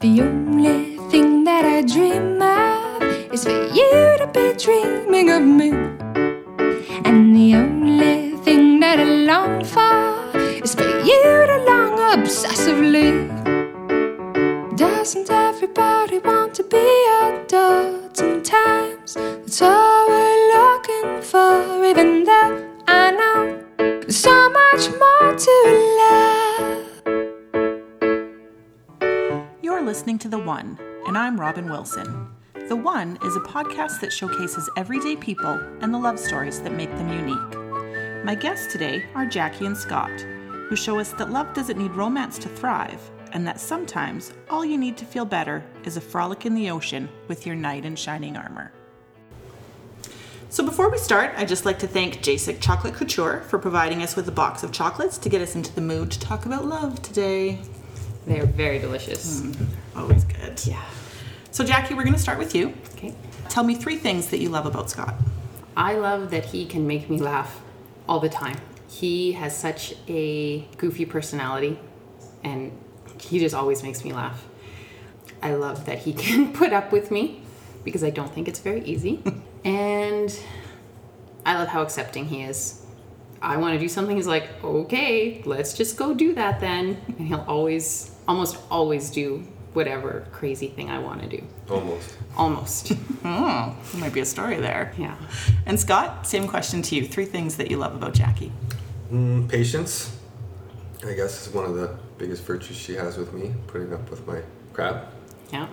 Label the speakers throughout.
Speaker 1: The only thing that I dream of is for you to be dreaming of me. And the only thing that I long for is for you to long obsessively. Doesn't everybody want to be adored sometimes? That's all we're looking for, even though I know there's so much more to love.
Speaker 2: You're listening to The One, and I'm Robin Wilson. The One is a podcast that showcases everyday people and the love stories that make them unique. My guests today are Jackie and Scott, who show us that love doesn't need romance to thrive, and that sometimes all you need to feel better is a frolic in the ocean with your knight in shining armor. So before we start, I'd just like to thank JASIC Chocolate Couture for providing us with a box of chocolates to get us into the mood to talk about love today.
Speaker 3: They're very delicious.
Speaker 2: Always good.
Speaker 3: Yeah.
Speaker 2: So, Jackie, we're going to start with you.
Speaker 3: Okay.
Speaker 2: Tell me three things that you love about Scott.
Speaker 3: I love that he can make me laugh all the time. He has such a goofy personality and he just always makes me laugh. I love that he can put up with me because I don't think it's very easy. and I love how accepting he is. I want to do something, he's like, okay, let's just go do that then. And he'll always, almost always do whatever crazy thing I want to do.
Speaker 4: Almost.
Speaker 3: Almost.
Speaker 2: Hmm, there might be a story there.
Speaker 3: yeah.
Speaker 2: And Scott, same question to you. Three things that you love about Jackie.
Speaker 4: Mm, patience, I guess, is one of the biggest virtues she has with me, putting up with my crap.
Speaker 3: Yeah.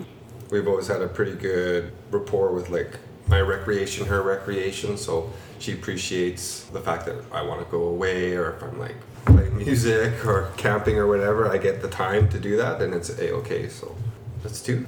Speaker 4: We've always had a pretty good rapport with like my recreation, her recreation, so she appreciates the fact that I want to go away or if I'm like playing music or camping or whatever, I get the time to do that and it's a okay. So that's two.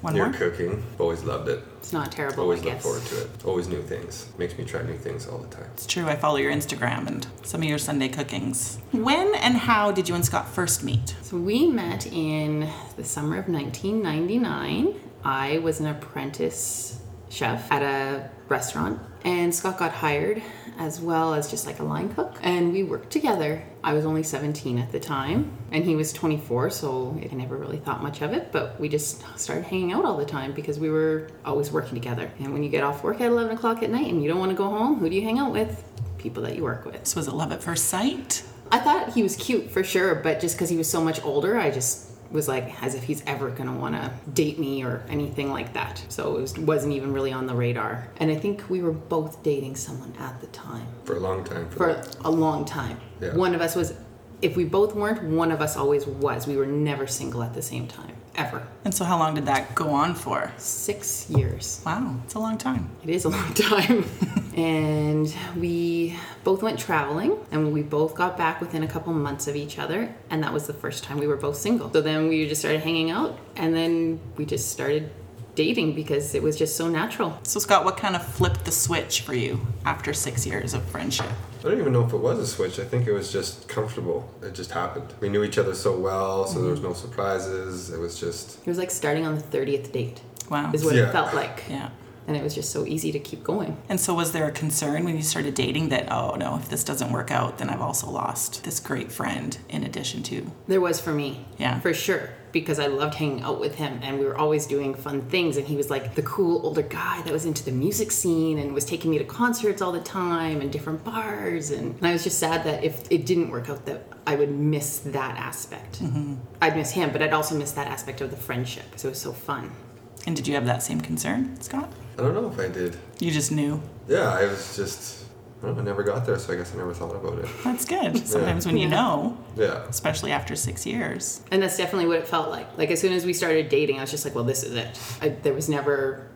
Speaker 2: One
Speaker 4: Your
Speaker 2: more.
Speaker 4: cooking, always loved it.
Speaker 3: It's not terrible,
Speaker 4: Always
Speaker 3: I
Speaker 4: look
Speaker 3: guess.
Speaker 4: forward to it. Always new things. Makes me try new things all the time.
Speaker 2: It's true. I follow your Instagram and some of your Sunday cookings. When and how did you and Scott first meet?
Speaker 3: So we met in the summer of 1999. I was an apprentice chef at a restaurant, and Scott got hired as well as just like a line cook. And we worked together. I was only 17 at the time, and he was 24, so I never really thought much of it. But we just started hanging out all the time because we were always working together. And when you get off work at 11 o'clock at night and you don't want to go home, who do you hang out with? People that you work with.
Speaker 2: So was it love at first sight?
Speaker 3: I thought he was cute for sure, but just because he was so much older, I just was like, as if he's ever gonna wanna date me or anything like that. So it was, wasn't even really on the radar. And I think we were both dating someone at the time
Speaker 4: For a long time. For,
Speaker 3: for a long time.
Speaker 4: Yeah.
Speaker 3: One of us was, if we both weren't, one of us always was. We were never single at the same time, ever.
Speaker 2: And so how long did that go on for?
Speaker 3: Six years.
Speaker 2: Wow, it's a long time.
Speaker 3: It is a long time. and we both went traveling and we both got back within a couple months of each other. And that was the first time we were both single. So then we just started hanging out and then we just started dating because it was just so natural.
Speaker 2: So Scott, what kind of flipped the switch for you after six years of friendship?
Speaker 4: I don't even know if it was a switch. I think it was just comfortable. It just happened. We knew each other so well, so there was no
Speaker 3: Mm-hmm.
Speaker 4: surprises. It was just
Speaker 3: It was like starting on the 30th date,
Speaker 2: Wow.
Speaker 3: is what it
Speaker 4: Yeah.
Speaker 3: felt like.
Speaker 2: Yeah.
Speaker 3: And it was just so easy to keep going.
Speaker 2: And so, was there a concern when you started dating that, oh no, if this doesn't work out, then I've also lost this great friend in addition to?
Speaker 3: There was for me.
Speaker 2: Yeah.
Speaker 3: For sure. Because I loved hanging out with him and we were always doing fun things. And he was like the cool older guy that was into the music scene and was taking me to concerts all the time and different bars. And, and I was just sad that if it didn't work out, that I would miss that aspect. I'd miss him, but I'd also miss that aspect of the friendship. So it was so fun.
Speaker 2: And did you have that same concern, Scott?
Speaker 4: I don't know if I did.
Speaker 2: You just knew.
Speaker 4: Yeah, I was just I, don't know, I never got there, so I guess I never thought about it.
Speaker 2: That's good. Sometimes when you
Speaker 3: Yeah.
Speaker 2: know,
Speaker 4: Yeah.
Speaker 2: especially after six years.
Speaker 3: And that's definitely what it felt like. Like as soon as we started dating, I was just like, well, this is it. I, there was never,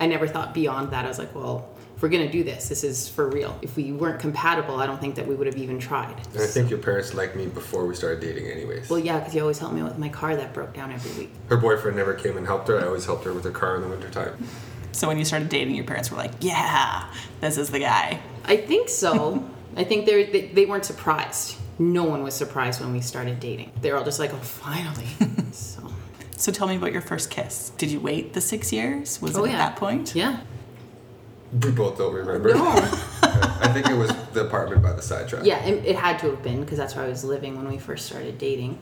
Speaker 3: I never thought beyond that. I was like, well, if we're gonna do this, this is for real. If we weren't compatible, I don't think that we would have even tried.
Speaker 4: And I think your parents liked me before we started dating, anyways.
Speaker 3: Well, yeah, because you always help me with my car that broke down every week.
Speaker 4: her boyfriend never came and helped her. I always helped her with her car in the wintertime.
Speaker 2: So, when you started dating, your parents were like, yeah, this is the guy.
Speaker 3: I think so. I think they're, they they weren't surprised. No one was surprised when we started dating. They're all just like, oh, finally. so,
Speaker 2: So, tell me about your first kiss. Did you wait the six years? Was
Speaker 3: oh
Speaker 2: it
Speaker 3: yeah.
Speaker 2: at that point?
Speaker 3: Yeah.
Speaker 4: We both don't remember.
Speaker 3: No.
Speaker 4: I think it was the apartment by the sidetrack.
Speaker 3: Yeah, it, it had to have been because that's where I was living when we first started dating.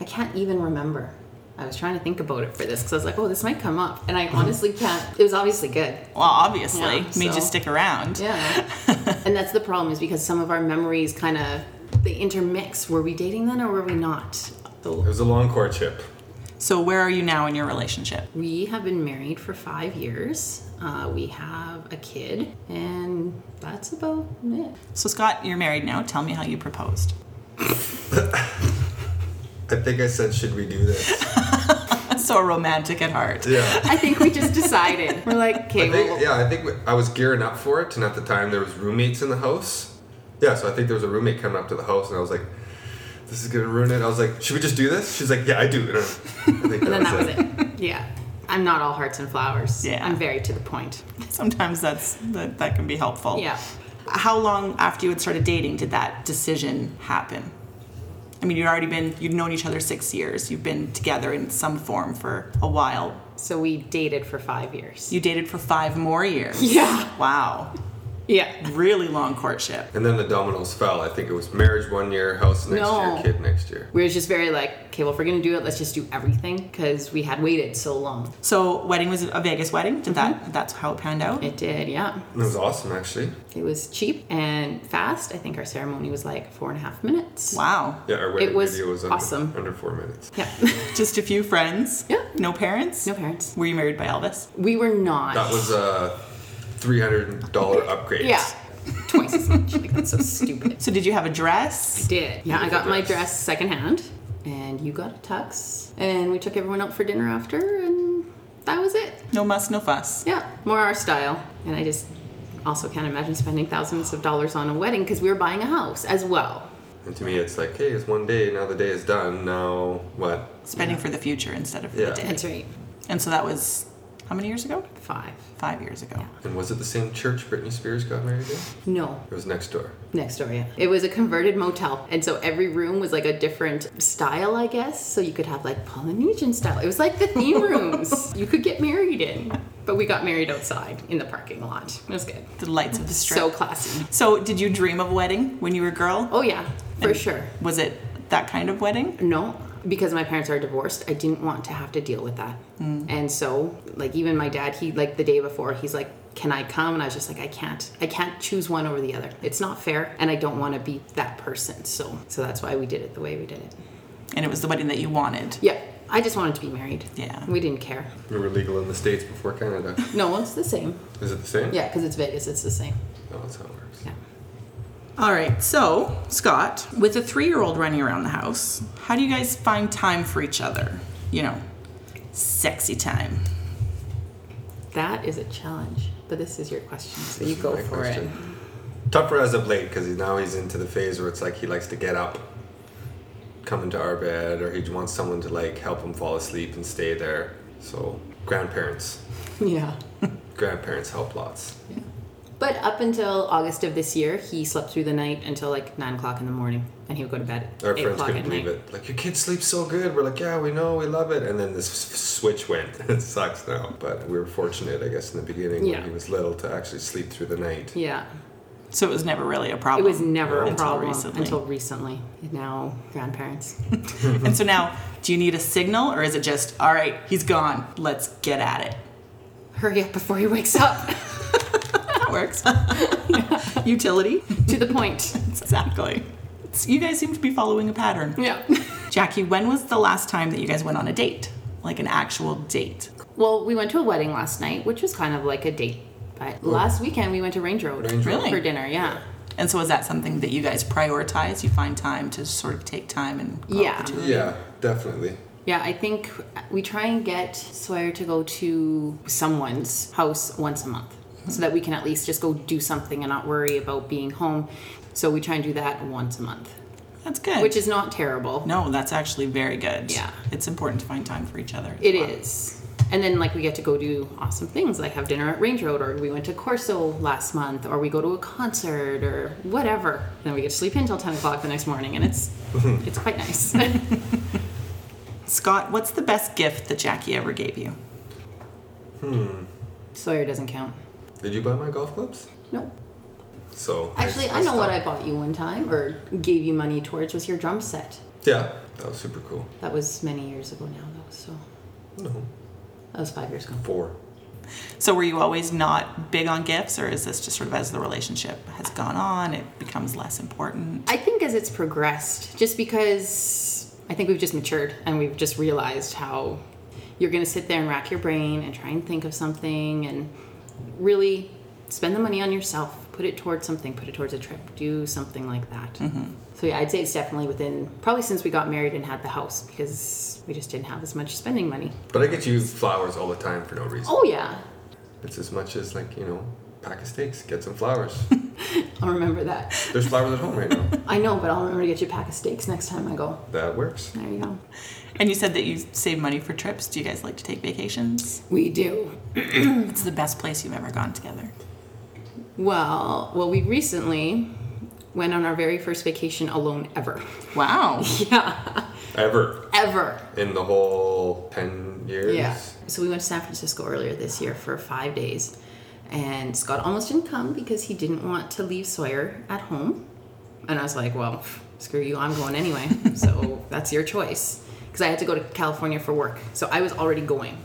Speaker 3: I can't even remember. I was trying to think about it for this because I was like, oh, this might come up. And I honestly can't. It was obviously good.
Speaker 2: Well, obviously,
Speaker 3: Yeah,
Speaker 2: made
Speaker 3: so-
Speaker 2: you stick around.
Speaker 3: Yeah. and that's the problem is because some of our memories kind of they intermix. Were we dating then or were we not?
Speaker 4: It was a long courtship.
Speaker 2: So, where are you now in your relationship?
Speaker 3: We have been married for five years. Uh, we have a kid, and that's about it.
Speaker 2: So, Scott, you're married now. Tell me how you proposed.
Speaker 4: I think I said, should we do this?
Speaker 2: so romantic at heart.
Speaker 4: Yeah.
Speaker 3: I think we just decided. We're like, okay,
Speaker 4: I think-
Speaker 3: well,
Speaker 4: yeah, I think we- I was gearing up for it, and at the time there was roommates in the house. Yeah, so I think there was a roommate coming up to the house, and I was like, "This is gonna ruin it." I was like, "Should we just do this?" She's like, "Yeah, I do." And I, I think
Speaker 3: and then that was it. Yeah. I'm not all hearts and flowers.
Speaker 2: Yeah.
Speaker 3: I'm very to the point.
Speaker 2: Sometimes that's that, that can be helpful.
Speaker 3: Yeah.
Speaker 2: How long after you had started dating did that decision happen? I mean, you'd already been you'd known each other six years. You've been together in some form for a while.
Speaker 3: So we dated for five years.
Speaker 2: You dated for five more years.
Speaker 3: Yeah.
Speaker 2: Wow,
Speaker 3: Yeah.
Speaker 2: really long courtship.
Speaker 4: And then the dominoes fell. I think it was marriage one year, house next
Speaker 3: No.
Speaker 4: year, kid next year.
Speaker 3: We were just very like, okay, well, if we're going to do it, let's just do everything because we had waited so long.
Speaker 2: So, wedding was a Vegas wedding. Did
Speaker 3: Mm-hmm.
Speaker 2: that? That's how it panned out.
Speaker 3: It did, yeah.
Speaker 4: And it was awesome, actually.
Speaker 3: It was cheap and fast. I think our ceremony was like four and a half minutes.
Speaker 2: Wow.
Speaker 4: Yeah, our wedding
Speaker 3: was
Speaker 4: video was under,
Speaker 3: awesome.
Speaker 4: under four minutes.
Speaker 3: Yeah.
Speaker 2: Just a few friends.
Speaker 3: Yeah.
Speaker 2: No parents.
Speaker 3: no parents.
Speaker 2: Were you married by Elvis?
Speaker 3: We were not.
Speaker 4: That was a three hundred dollar upgrade.
Speaker 3: Yeah. Twice as much. Like, that's so stupid.
Speaker 2: So, did you have a dress?
Speaker 3: Did. Yeah, I got my
Speaker 4: Dress.
Speaker 3: dress secondhand, and you got a tux, and we took everyone out for dinner after, and that was it.
Speaker 2: No muss, no fuss.
Speaker 3: Yeah, more our style. And I just also can't imagine spending thousands of dollars on a wedding because we were buying a house as well.
Speaker 4: And to me, it's like, hey, it's one day. Now the day is done. Now what?
Speaker 2: Spending for the future instead of for
Speaker 4: Yeah.
Speaker 2: the day.
Speaker 3: That's right.
Speaker 2: And so that was how many years ago?
Speaker 3: Five.
Speaker 2: Five years ago.
Speaker 4: And was it the same church Britney Spears got married in?
Speaker 3: No,
Speaker 4: It was next door.
Speaker 3: next door, yeah. It was a converted motel. And so every room was like a different style, I guess. So you could have like Polynesian style. It was like the theme rooms you could get married in. But we got married outside in the parking lot. It was good.
Speaker 2: The lights of the strip.
Speaker 3: So classy.
Speaker 2: So did you dream of a wedding when you were a girl?
Speaker 3: Oh, yeah, for sure.
Speaker 2: Was it that kind of wedding?
Speaker 3: No, because my parents are divorced, I didn't want to have to deal with that. And so, like, even my dad, he, like, the day before, he's like, can I come? And I was just like, I can't. I can't choose one over the other. It's not fair, and I don't want to be that person. So, so that's why we did it the way we did it.
Speaker 2: And it was the wedding that you wanted.
Speaker 3: Yeah, I just wanted to be married.
Speaker 2: Yeah.
Speaker 3: we didn't care.
Speaker 4: We were legal in the states before Canada.
Speaker 3: No, it's the same.
Speaker 4: Is it the same?
Speaker 3: Yeah, because it's Vegas. It's the same.
Speaker 4: Oh, that's how it works.
Speaker 3: Yeah.
Speaker 2: All right. So, Scott, with a three year old running around the house, how do you guys find time for each other? You know, sexy time.
Speaker 3: That is a challenge, but this is your question, so you
Speaker 4: This is
Speaker 3: go
Speaker 4: my
Speaker 3: for
Speaker 4: question. Tougher as of late because now he's into the phase where it's like he likes to get up, come into our bed, or he wants someone to like help him fall asleep and stay there. So grandparents,
Speaker 3: it. Yeah.
Speaker 4: grandparents help lots.
Speaker 3: But up until August of this year, he slept through the night until like nine o'clock in the morning, and he would go to bed at
Speaker 4: Our
Speaker 3: eight
Speaker 4: friends
Speaker 3: o'clock
Speaker 4: couldn't
Speaker 3: at night.
Speaker 4: believe it. Like your kid sleeps so good. We're like, yeah, we know, we love it. And then this s- switch went. it sucks now, but we were fortunate, I guess, in the beginning
Speaker 3: Yeah.
Speaker 4: when he was little to actually sleep through the night.
Speaker 3: Yeah,
Speaker 2: So it was never really a
Speaker 3: it
Speaker 2: problem.
Speaker 3: was never a
Speaker 2: until
Speaker 3: problem
Speaker 2: recently.
Speaker 3: until recently. And Now grandparents.
Speaker 2: And so now, do you need a signal or is it just, all right, he's gone, let's get at it?
Speaker 3: Hurry up before he wakes up.
Speaker 2: That works. Utility.
Speaker 3: to the point.
Speaker 2: Exactly. It's- you guys seem to be following a pattern.
Speaker 3: Yeah.
Speaker 2: Jackie, when was the last time that you guys went on a date? Like an actual date?
Speaker 3: Well, we went to a wedding last night, which was kind of like a date. But last weekend we went to Range Road
Speaker 4: Oh. Range
Speaker 2: Road.
Speaker 3: for dinner. Yeah.
Speaker 2: And so is that something that you guys prioritize? You find time to sort of take time and go
Speaker 3: Yeah.
Speaker 2: up to-
Speaker 4: Yeah, definitely.
Speaker 3: Yeah, I think we try and get Sawyer to go to someone's house once a month so that we can at least just go do something and not worry about being home. So we try and do that once a month,
Speaker 2: That's good.
Speaker 3: which is not terrible.
Speaker 2: No, that's actually very good.
Speaker 3: Yeah.
Speaker 2: It's important to find time for each other. as
Speaker 3: It
Speaker 2: well.
Speaker 3: is. And then, like, we get to go do awesome things like have dinner at Range Road, or we went to Corso last month, or we go to a concert, or whatever. And then we get to sleep in till 10 o'clock the next morning, and it's it's quite nice.
Speaker 2: Scott, what's the best gift that Jackie ever gave you?
Speaker 3: Sawyer doesn't count.
Speaker 4: Did you buy my golf clubs?
Speaker 3: Nope.
Speaker 4: So
Speaker 3: Actually, I know what
Speaker 4: stopped.
Speaker 3: I bought you one time or gave you money towards was your drum set.
Speaker 4: Yeah, That was super cool.
Speaker 3: That was many years ago now, though. So
Speaker 4: No,
Speaker 3: that was five years ago.
Speaker 4: four.
Speaker 2: So were you always not big on gifts, or is this just sort of as the relationship has gone on, it becomes less important?
Speaker 3: I think as it's progressed, just because I think we've just matured and we've just realized how you're going to sit there and rack your brain and try and think of something and really spend the money on yourself, put it towards something, put it towards a trip, do something like that. So yeah, I'd say it's definitely within probably since we got married and had the house because we just didn't have as much spending money.
Speaker 4: But I get you flowers all the time for no reason.
Speaker 3: Oh yeah,
Speaker 4: It's as much as like you know, pack of steaks, get some flowers.
Speaker 3: I'll remember that.
Speaker 4: There's flowers at home right now.
Speaker 3: I know, but I'll remember to get you a pack of steaks next time I go.
Speaker 4: That works.
Speaker 3: There you go.
Speaker 2: And you said that you save money for trips. Do you guys like to take vacations?
Speaker 3: We do.
Speaker 2: It's the best place you've ever gone together.
Speaker 3: Well, well, we recently went on our very first vacation alone ever.
Speaker 2: Wow.
Speaker 4: Ever
Speaker 3: Ever.
Speaker 4: in the whole ten years.
Speaker 3: Yeah. So we went to San Francisco earlier this year for five days. And Scott almost didn't come because he didn't want to leave Sawyer at home. And I was like, well, screw you, I'm going anyway. so that's your choice. Because I had to go to California for work. So I was already going.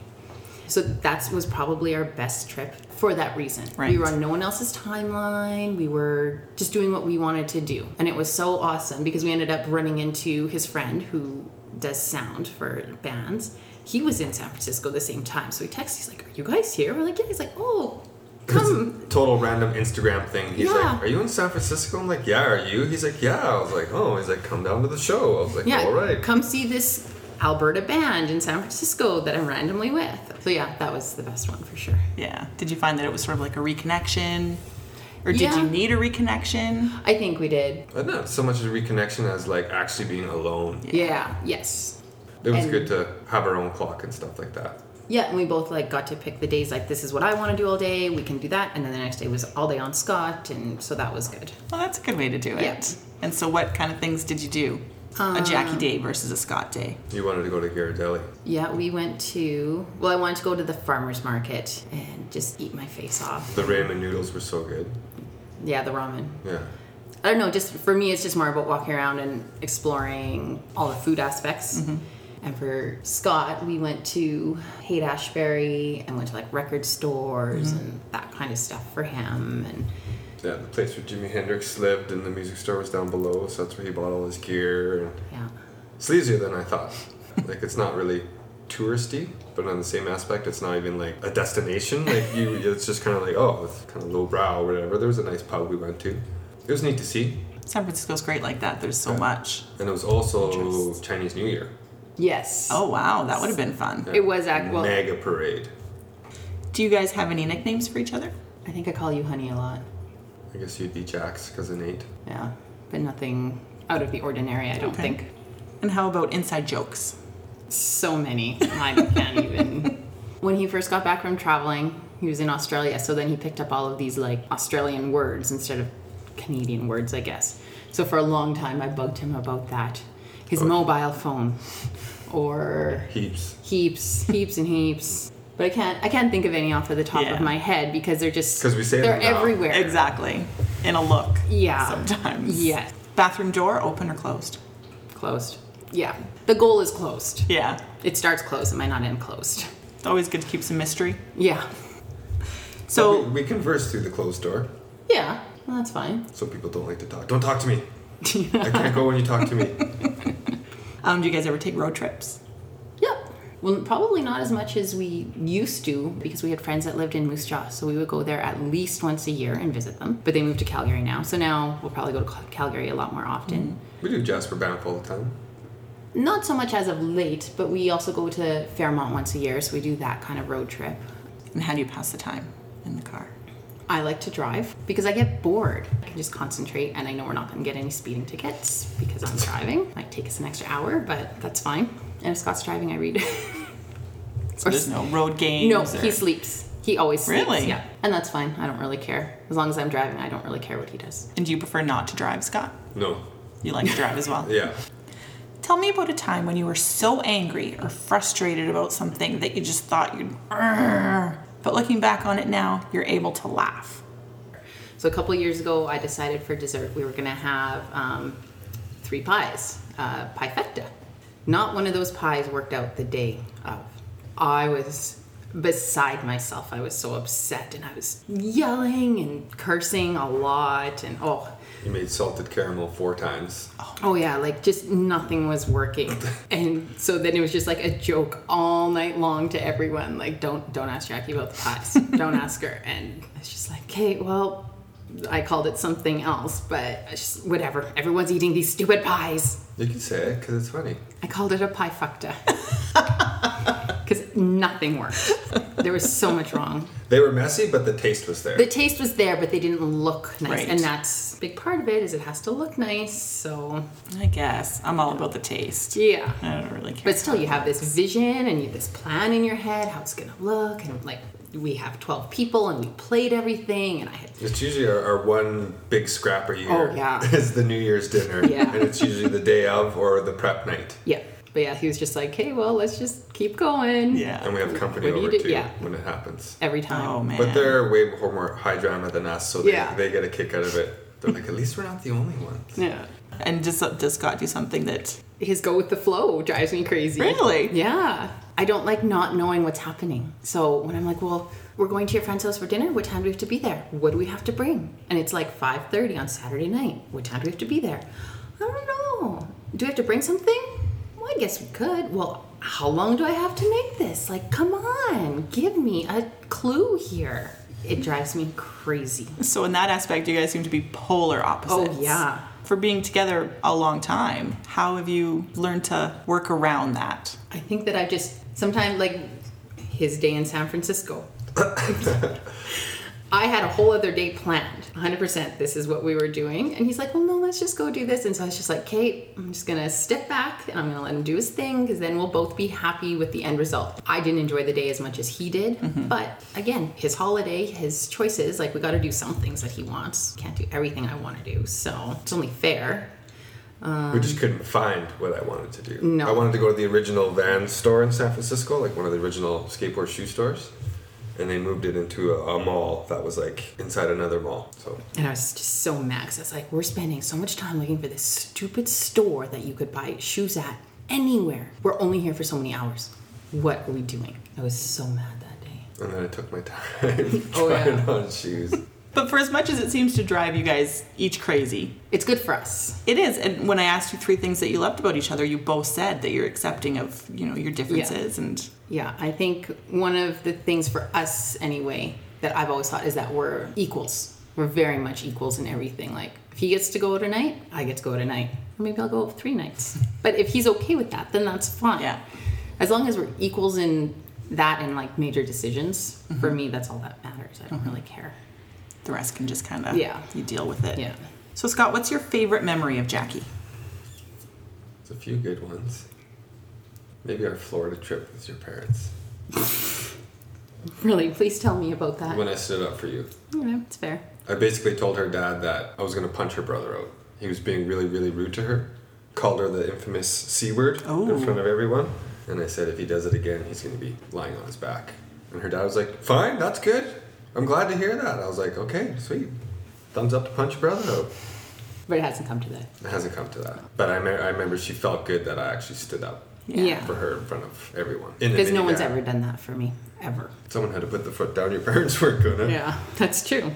Speaker 3: So that was probably our best trip for that reason. We
Speaker 2: Right.
Speaker 3: were on no one else's timeline. We were just doing what we wanted to do. And it was so awesome because we ended up running into his friend who does sound for bands. He was in San Francisco the same time. So he texts, he's like, Are you guys here? We're like, Yeah. He's like, Oh, come.
Speaker 4: It's a total random Instagram thing. He's
Speaker 3: Yeah.
Speaker 4: like, "Are you in San Francisco?" I'm like, "Yeah." Are you? He's like, "Yeah." I was like, "Oh." He's like, "Come down to the show." I was like,
Speaker 3: Yeah,
Speaker 4: "All right."
Speaker 3: come see this Alberta band in San Francisco that I'm randomly with. So yeah, that was the best one for sure.
Speaker 2: Yeah. Did you find that it was sort of like a reconnection? Or did
Speaker 3: Yeah.
Speaker 2: you need a reconnection?
Speaker 3: I think we did.
Speaker 4: But not so much as reconnection as like actually being alone.
Speaker 3: Yeah, yes.
Speaker 4: It was
Speaker 3: And-
Speaker 4: good to have our own clock and stuff like that.
Speaker 3: Yeah, and we both like got to pick the days like this is what I want to do all day, we can do that, and then the next day was all day on Scott and so that was good.
Speaker 2: Well, that's a good way to do it.
Speaker 3: Yeah.
Speaker 2: And so, what kind of things did you do? a Jackie
Speaker 3: Um,
Speaker 2: day versus a Scott day.
Speaker 4: You wanted to go to Ghirardelli.
Speaker 3: Yeah, we went to well, I wanted to go to the farmers market and just eat my face off.
Speaker 4: The ramen noodles were so good.
Speaker 3: Yeah, the ramen.
Speaker 4: Yeah.
Speaker 3: I don't know, just for me, it's just more about walking around and exploring all the food aspects. And for Scott, we went to Haight Ashbury and went to like record stores and that kind of stuff for him. And
Speaker 4: Yeah, the place where Jimi Hendrix lived and the music store was down below, so that's where he bought all his gear. And
Speaker 3: yeah,
Speaker 4: it's easier than I thought. like, it's not really touristy, but on the same aspect, it's not even like a destination. Like, you, it's just kind of like, oh, it's kind of lowbrow or whatever. There was a nice pub we went to. It was neat to see.
Speaker 2: San Francisco's great like that. There's so
Speaker 4: Yeah.
Speaker 2: much.
Speaker 4: And it was also
Speaker 2: Interest.
Speaker 4: Chinese New Year.
Speaker 3: yes.
Speaker 2: Oh, wow. That would have been fun.
Speaker 3: It was act- well-
Speaker 4: Mega parade.
Speaker 2: Do you guys have any nicknames for each other?
Speaker 3: I think I call you honey a lot.
Speaker 4: I guess you'd be Jack's cousin Nate.
Speaker 3: Yeah, but nothing out of the ordinary, I don't
Speaker 2: Okay.
Speaker 3: think.
Speaker 2: And how about inside jokes?
Speaker 3: So many. I can't even. When he first got back from traveling, he was in Australia, so then he picked up all of these like Australian words instead of Canadian words, I guess. So for a long time, I bugged him about that. His mobile phone, or
Speaker 4: Heaps.
Speaker 3: heaps, heaps and heaps. But I can't, I can't think of any off of the top
Speaker 2: Yeah.
Speaker 3: of my head because they're just
Speaker 4: 'Cause we say
Speaker 3: they're
Speaker 4: them now.
Speaker 3: everywhere.
Speaker 2: Exactly. In a look.
Speaker 3: Yeah.
Speaker 2: Sometimes.
Speaker 3: Yeah.
Speaker 2: Bathroom door open or closed?
Speaker 3: Closed. Yeah. The goal is closed.
Speaker 2: Yeah.
Speaker 3: It starts closed. It might not end closed.
Speaker 2: It's always good to keep some mystery.
Speaker 3: Yeah.
Speaker 4: we,
Speaker 2: So,
Speaker 4: we converse through the closed door.
Speaker 3: Yeah, well, that's fine.
Speaker 4: Some people don't like to talk. Don't talk to me. I can't go when you talk to me.
Speaker 2: um, do you guys ever take road trips?
Speaker 3: Yep. Well, probably not as much as we used to because we had friends that lived in Moose Jaw, so we would go there at least once a year and visit them. But they moved to Calgary now, so now we'll probably go to Cal- Calgary a lot more often.
Speaker 4: We do Jasper Banff all the time.
Speaker 3: Not so much as of late, but we also go to Fairmont once a year, so we do that kind of road trip.
Speaker 2: And how do you pass the time in the car?
Speaker 3: I like to drive because I get bored. I can just concentrate, and I know we're not going to get any speeding tickets because I'm driving. Might take us an extra hour, but that's fine. And if Scott's driving, I read.
Speaker 2: So
Speaker 3: Or
Speaker 2: there's
Speaker 3: s-
Speaker 2: no road games.
Speaker 3: No,
Speaker 2: or-
Speaker 3: he sleeps. He always sleeps.
Speaker 2: Really?
Speaker 3: Yeah. And that's fine. I don't really care. As long as I'm driving, I don't really care what he does.
Speaker 2: And do you prefer not to drive, Scott?
Speaker 4: No.
Speaker 2: You like to drive as well.
Speaker 4: Yeah.
Speaker 2: Tell me about a time when you were so angry or frustrated about something that you just thought you'd. "Argh." But looking back on it now, you're able to laugh.
Speaker 3: So a couple years ago, I decided for dessert we were going to have um, three pies, uh, pie fecta. Not one of those pies worked out the day of. I was beside myself. I was so upset and I was yelling and cursing a lot and oh,
Speaker 4: You made salted caramel four times.
Speaker 3: Oh yeah, like just nothing was working. And so then it was just like a joke all night long to everyone. Like don't don't ask Jackie about the pies. don't ask her. And it's just like, okay, well, I called it something else, but it's just, whatever. Everyone's eating these stupid pies.
Speaker 4: You can say it because it's funny.
Speaker 3: I called it a pie fuckta. Because nothing worked. There was so much wrong.
Speaker 4: They were messy, but the taste was there.
Speaker 3: The taste was there, but they didn't look nice.
Speaker 2: Right.
Speaker 3: And that's a big part of it is it has to look nice. So
Speaker 2: I guess I'm all about the taste.
Speaker 3: yeah.
Speaker 2: I don't really care.
Speaker 3: But still, you have this vision and you this plan in your head how it's gonna look, and like we have twelve people and we played everything, and I had
Speaker 4: It's usually our, our one big scrap a year.
Speaker 3: Oh, yeah.
Speaker 4: Is the New Year's dinner.
Speaker 3: Yeah.
Speaker 4: And it's usually the day of or the prep night.
Speaker 3: yeah, but yeah, he was just like, hey, well, let's just keep going.
Speaker 2: yeah.
Speaker 4: And we have company
Speaker 3: What do you
Speaker 4: over
Speaker 3: do?
Speaker 4: too
Speaker 3: Yeah.
Speaker 4: when it happens.
Speaker 3: every time.
Speaker 2: oh man.
Speaker 4: But they're way more high drama than us, so they,
Speaker 3: Yeah.
Speaker 4: they get a kick out of it. They're like, at least we're not the only ones.
Speaker 3: yeah.
Speaker 2: and just does Scott do something that
Speaker 3: His go with the flow drives me crazy.
Speaker 2: really?
Speaker 3: Yeah. I don't like not knowing what's happening. So when I'm like, well, we're going to your friend's house for dinner. What time do we have to be there? What do we have to bring? And it's like 5:30 on Saturday night. What time do we have to be there? I don't know. Do we have to bring something? Well, I guess we could. Well, how long do I have to make this? Like, come on, give me a clue here. It drives me crazy.
Speaker 2: So in that aspect, you guys seem to be polar opposites.
Speaker 3: Oh, yeah.
Speaker 2: For being together a long time, how have you learned to work around that?
Speaker 3: I think that I just sometimes like his day in San Francisco. I had a whole other day planned. 100% this is what we were doing. And he's like, well, no, let's just go do this. And so I was just like, Kate, I'm just going to step back and I'm going to let him do his thing because then we'll both be happy with the end result. I didn't enjoy the day as much as he did. But again, his holiday, his choices, like we got to do some things that he wants. Can't do everything I want to do. So it's only fair.
Speaker 4: we just couldn't find what I wanted to do.
Speaker 3: Um, No.
Speaker 4: I wanted to go to the original Vans store in San Francisco, like one of the original skateboard shoe stores. And they moved it into a, a mall that was like inside another mall. So
Speaker 3: And I was just so mad 'cause I was like, we're spending so much time looking for this stupid store that you could buy shoes at anywhere. We're only here for so many hours. What are we doing? I was so mad that day.
Speaker 4: and then I took my time
Speaker 3: Oh, yeah.
Speaker 4: trying on shoes.
Speaker 2: But for as much as it seems to drive you guys each crazy,
Speaker 3: It's good for us.
Speaker 2: it is. And when I asked you three things that you loved about each other, you both said that you're accepting of, you know, your differences and
Speaker 3: Yeah, I think one of the things for us anyway that I've always thought is that we're equals. We're very much equals in everything. Like if he gets to go tonight, I get to go tonight. Or maybe I'll go three nights. But if he's okay with that, then that's fine.
Speaker 2: Yeah.
Speaker 3: As long as we're equals in that and like major decisions, for me that's all that matters. I don't really care.
Speaker 2: the rest can just kind of
Speaker 3: Yeah.
Speaker 2: you deal with it.
Speaker 3: Yeah.
Speaker 2: So Scott, what's your favorite memory of Jackie?
Speaker 4: There's a few good ones. Maybe our Florida trip with your parents.
Speaker 3: Really, please tell me about that.
Speaker 4: When I stood up for you.
Speaker 3: Okay, it's fair.
Speaker 4: I basically told her dad that I was gonna punch her brother out. He was being really, really rude to her. Called her the infamous C word
Speaker 2: Oh.
Speaker 4: in front of everyone. And I said if he does it again, he's gonna be lying on his back. And her dad was like, Fine, that's good. I'm glad to hear that. I was like, Okay, sweet. Thumbs up to punch your brother out.
Speaker 3: But it hasn't come to that.
Speaker 4: It hasn't come to that. But I, me- I remember she felt good that I actually stood up
Speaker 3: Yeah.
Speaker 4: for her in front of everyone. In the
Speaker 3: Because no one's
Speaker 4: minivan.
Speaker 3: ever done that for me. Ever.
Speaker 4: Someone had to put the foot down. Your parents weren't gonna.
Speaker 3: Yeah. That's true.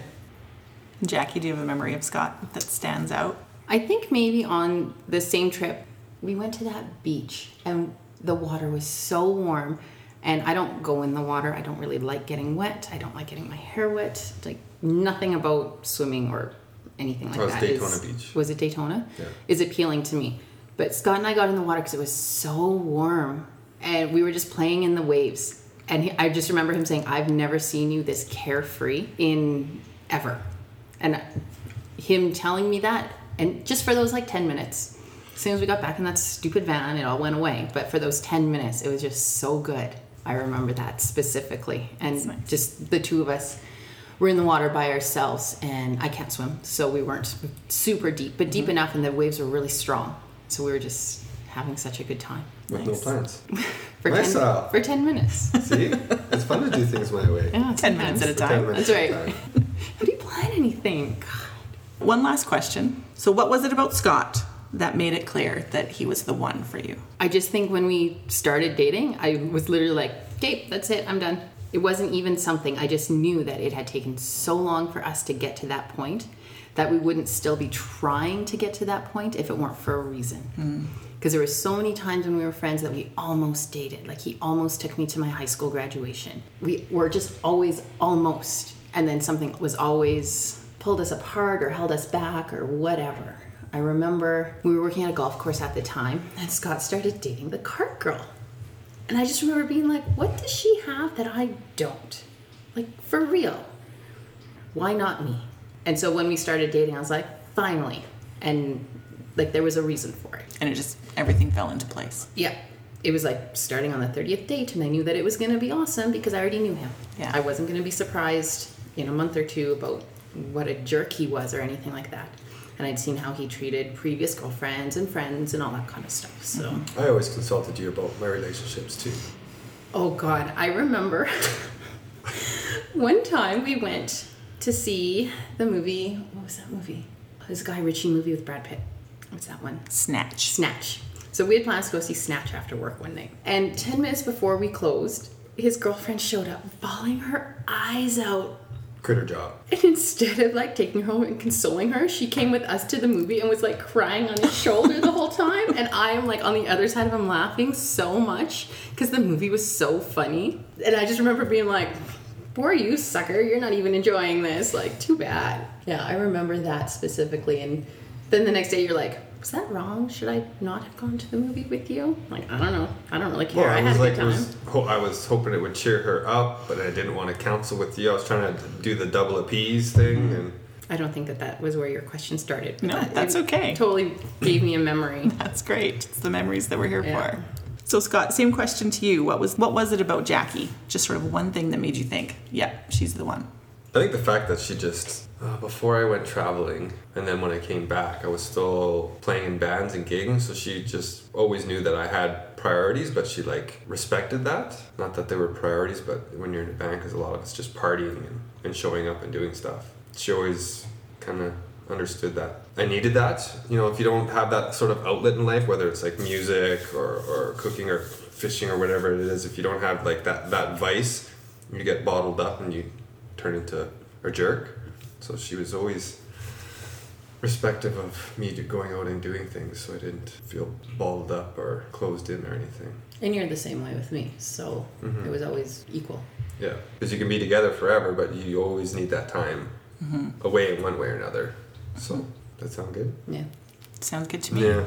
Speaker 2: Jackie, do you have a memory of Scott that stands out?
Speaker 3: I think maybe on the same trip, we went to that beach and the water was so warm. And I don't go in the water. I don't really like getting wet. I don't like getting my hair wet. Like nothing about swimming or anything like
Speaker 4: Oh, it's
Speaker 3: that.
Speaker 4: Daytona
Speaker 3: is-
Speaker 4: Beach.
Speaker 3: Was it Daytona?
Speaker 4: Yeah.
Speaker 3: Is appealing to me. But Scott and I got in the water because it was so warm, and we were just playing in the waves. And he, I just remember him saying, "I've never seen you this carefree in ever," and him telling me that, and just for those like ten minutes. As soon as we got back in that stupid van, it all went away. But for those ten minutes, it was just so good. I remember that specifically, and
Speaker 2: That's nice.
Speaker 3: just the two of us we're in the water by ourselves and I can't swim, so we weren't super deep, but deep enough and the waves were really strong. So we were just having such a good time.
Speaker 4: With
Speaker 2: Nice.
Speaker 4: no plans.
Speaker 3: For
Speaker 4: Nice
Speaker 3: ten
Speaker 4: out.
Speaker 3: for ten minutes.
Speaker 4: See? It's fun to do things my way.
Speaker 3: Yeah,
Speaker 2: Ten minutes at a
Speaker 4: For
Speaker 2: time.
Speaker 4: 10 minutes
Speaker 3: That's
Speaker 4: at a
Speaker 3: right.
Speaker 4: time.
Speaker 3: How do you plan anything? God.
Speaker 2: One last question. So, what was it about Scott that made it clear that he was the one for you?
Speaker 3: I just think when we started dating, I was literally like, okay, that's it, I'm done. It wasn't even something, I just knew that it had taken so long for us to get to that point that we wouldn't still be trying to get to that point if it weren't for a reason. Because there were so many times when we were friends that we almost dated. Like, he almost took me to my high school graduation. We were just always almost. And then something was always pulled us apart or held us back or whatever. I remember we were working at a golf course at the time, and Scott started dating the cart girl. And I just remember being like, what does she have that I don't? Like, for real. Why not me? And so when we started dating, I was like, finally. And like, there was a reason for it.
Speaker 2: And it just, everything fell into place.
Speaker 3: Yeah. It was like starting on the 30th date, and I knew that it was going to be awesome because I already knew him.
Speaker 2: Yeah.
Speaker 3: I wasn't going to be surprised in a month or two about what a jerk he was or anything like that. And I'd seen how he treated previous girlfriends and friends and all that kind of stuff. So.
Speaker 4: I always consulted you about my relationships too.
Speaker 3: Oh God, I remember. One time we went to see the movie. What was that movie? It was a Guy Ritchie movie with Brad Pitt. What's that one?
Speaker 2: Snatch.
Speaker 3: Snatch. So we had plans to go see Snatch after work one night. And 10 minutes before we closed, his girlfriend showed up bawling her eyes out.
Speaker 4: Critter job.
Speaker 3: And instead of like taking her home and consoling her, she came with us to the movie and was like crying on his shoulder the whole time. And I am like on the other side of him laughing so much because the movie was so funny. And I just remember being like, poor you, sucker. You're not even enjoying this. Like, too bad. Yeah, I remember that specifically. And then the next day you're like, was that wrong? Should I not have gone to the movie with you? Like, I don't know. I don't really care.
Speaker 4: Well,
Speaker 3: I,
Speaker 4: I
Speaker 3: had
Speaker 4: was
Speaker 3: a good
Speaker 4: like,
Speaker 3: time.
Speaker 4: I was, ho- I was hoping it would cheer her up, but I didn't want to counsel with you. I was trying to do the double appease thing, and
Speaker 3: I don't think that that was where your question started.
Speaker 2: No,
Speaker 3: but
Speaker 2: that's
Speaker 3: it
Speaker 2: okay.
Speaker 3: Totally gave me a memory.
Speaker 2: That's great. It's the memories that we're here
Speaker 3: Yeah.
Speaker 2: for. So Scott, same question to you. What was what was it about Jackie? Just sort of one thing that made you think, yeah, she's the one.
Speaker 4: I think the fact that she just uh, before I went traveling, and then when I came back, I was still playing in bands and gigging, so she just always knew that I had priorities, but she like respected that. Not that they were priorities, but when you're in a band, because a lot of it's just partying and, and showing up and doing stuff. She always kind of understood that I needed that. You know, if you don't have that sort of outlet in life, whether it's like music or, or cooking or fishing or whatever it is, if you don't have like that that vice, you get bottled up and you turn into a jerk. So she was always respective of me to going out and doing things, so I didn't feel balled up or closed in or anything.
Speaker 3: And you're the same way with me, so
Speaker 4: Mm-hmm.
Speaker 3: it was always equal.
Speaker 4: Yeah, because you can be together forever, but you always need that time away in one way or another. So that sound good?
Speaker 3: Yeah.
Speaker 2: Sounds good to me. All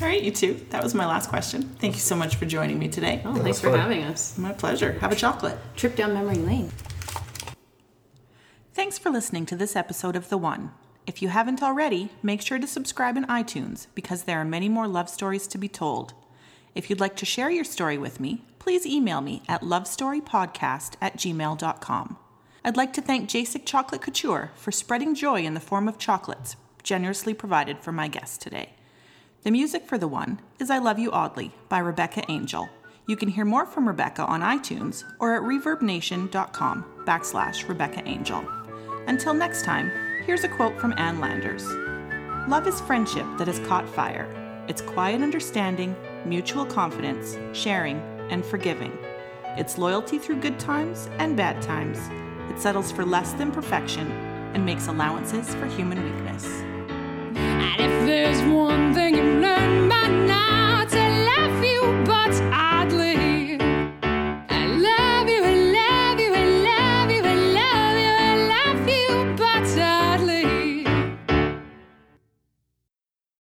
Speaker 2: right, you two. That was my last question. Thank you so much for joining me today.
Speaker 3: Oh,
Speaker 4: That
Speaker 3: thanks
Speaker 4: was
Speaker 3: for
Speaker 4: fun.
Speaker 3: having us.
Speaker 2: My pleasure. Have a chocolate.
Speaker 3: Trip down memory lane.
Speaker 2: Thanks for listening to this episode of The One. If you haven't already, make sure to subscribe in iTunes because there are many more love stories to be told. If you'd like to share your story with me, please email me at lovestorypodcast at gmail.com. I'd like to thank Jasic Chocolate Couture for spreading joy in the form of chocolates generously provided for my guest today. The music for The One is I Love You Oddly by Rebecca Angel. You can hear more from Rebecca on iTunes or at reverbnation.com backslash Rebecca Angel. Until next time, here's a quote from Ann Landers Love is friendship that has caught fire. It's quiet understanding, mutual confidence, sharing, and forgiving. It's loyalty through good times and bad times. It settles for less than perfection and makes allowances for human weakness.
Speaker 1: And if there's one thing you've learned by now,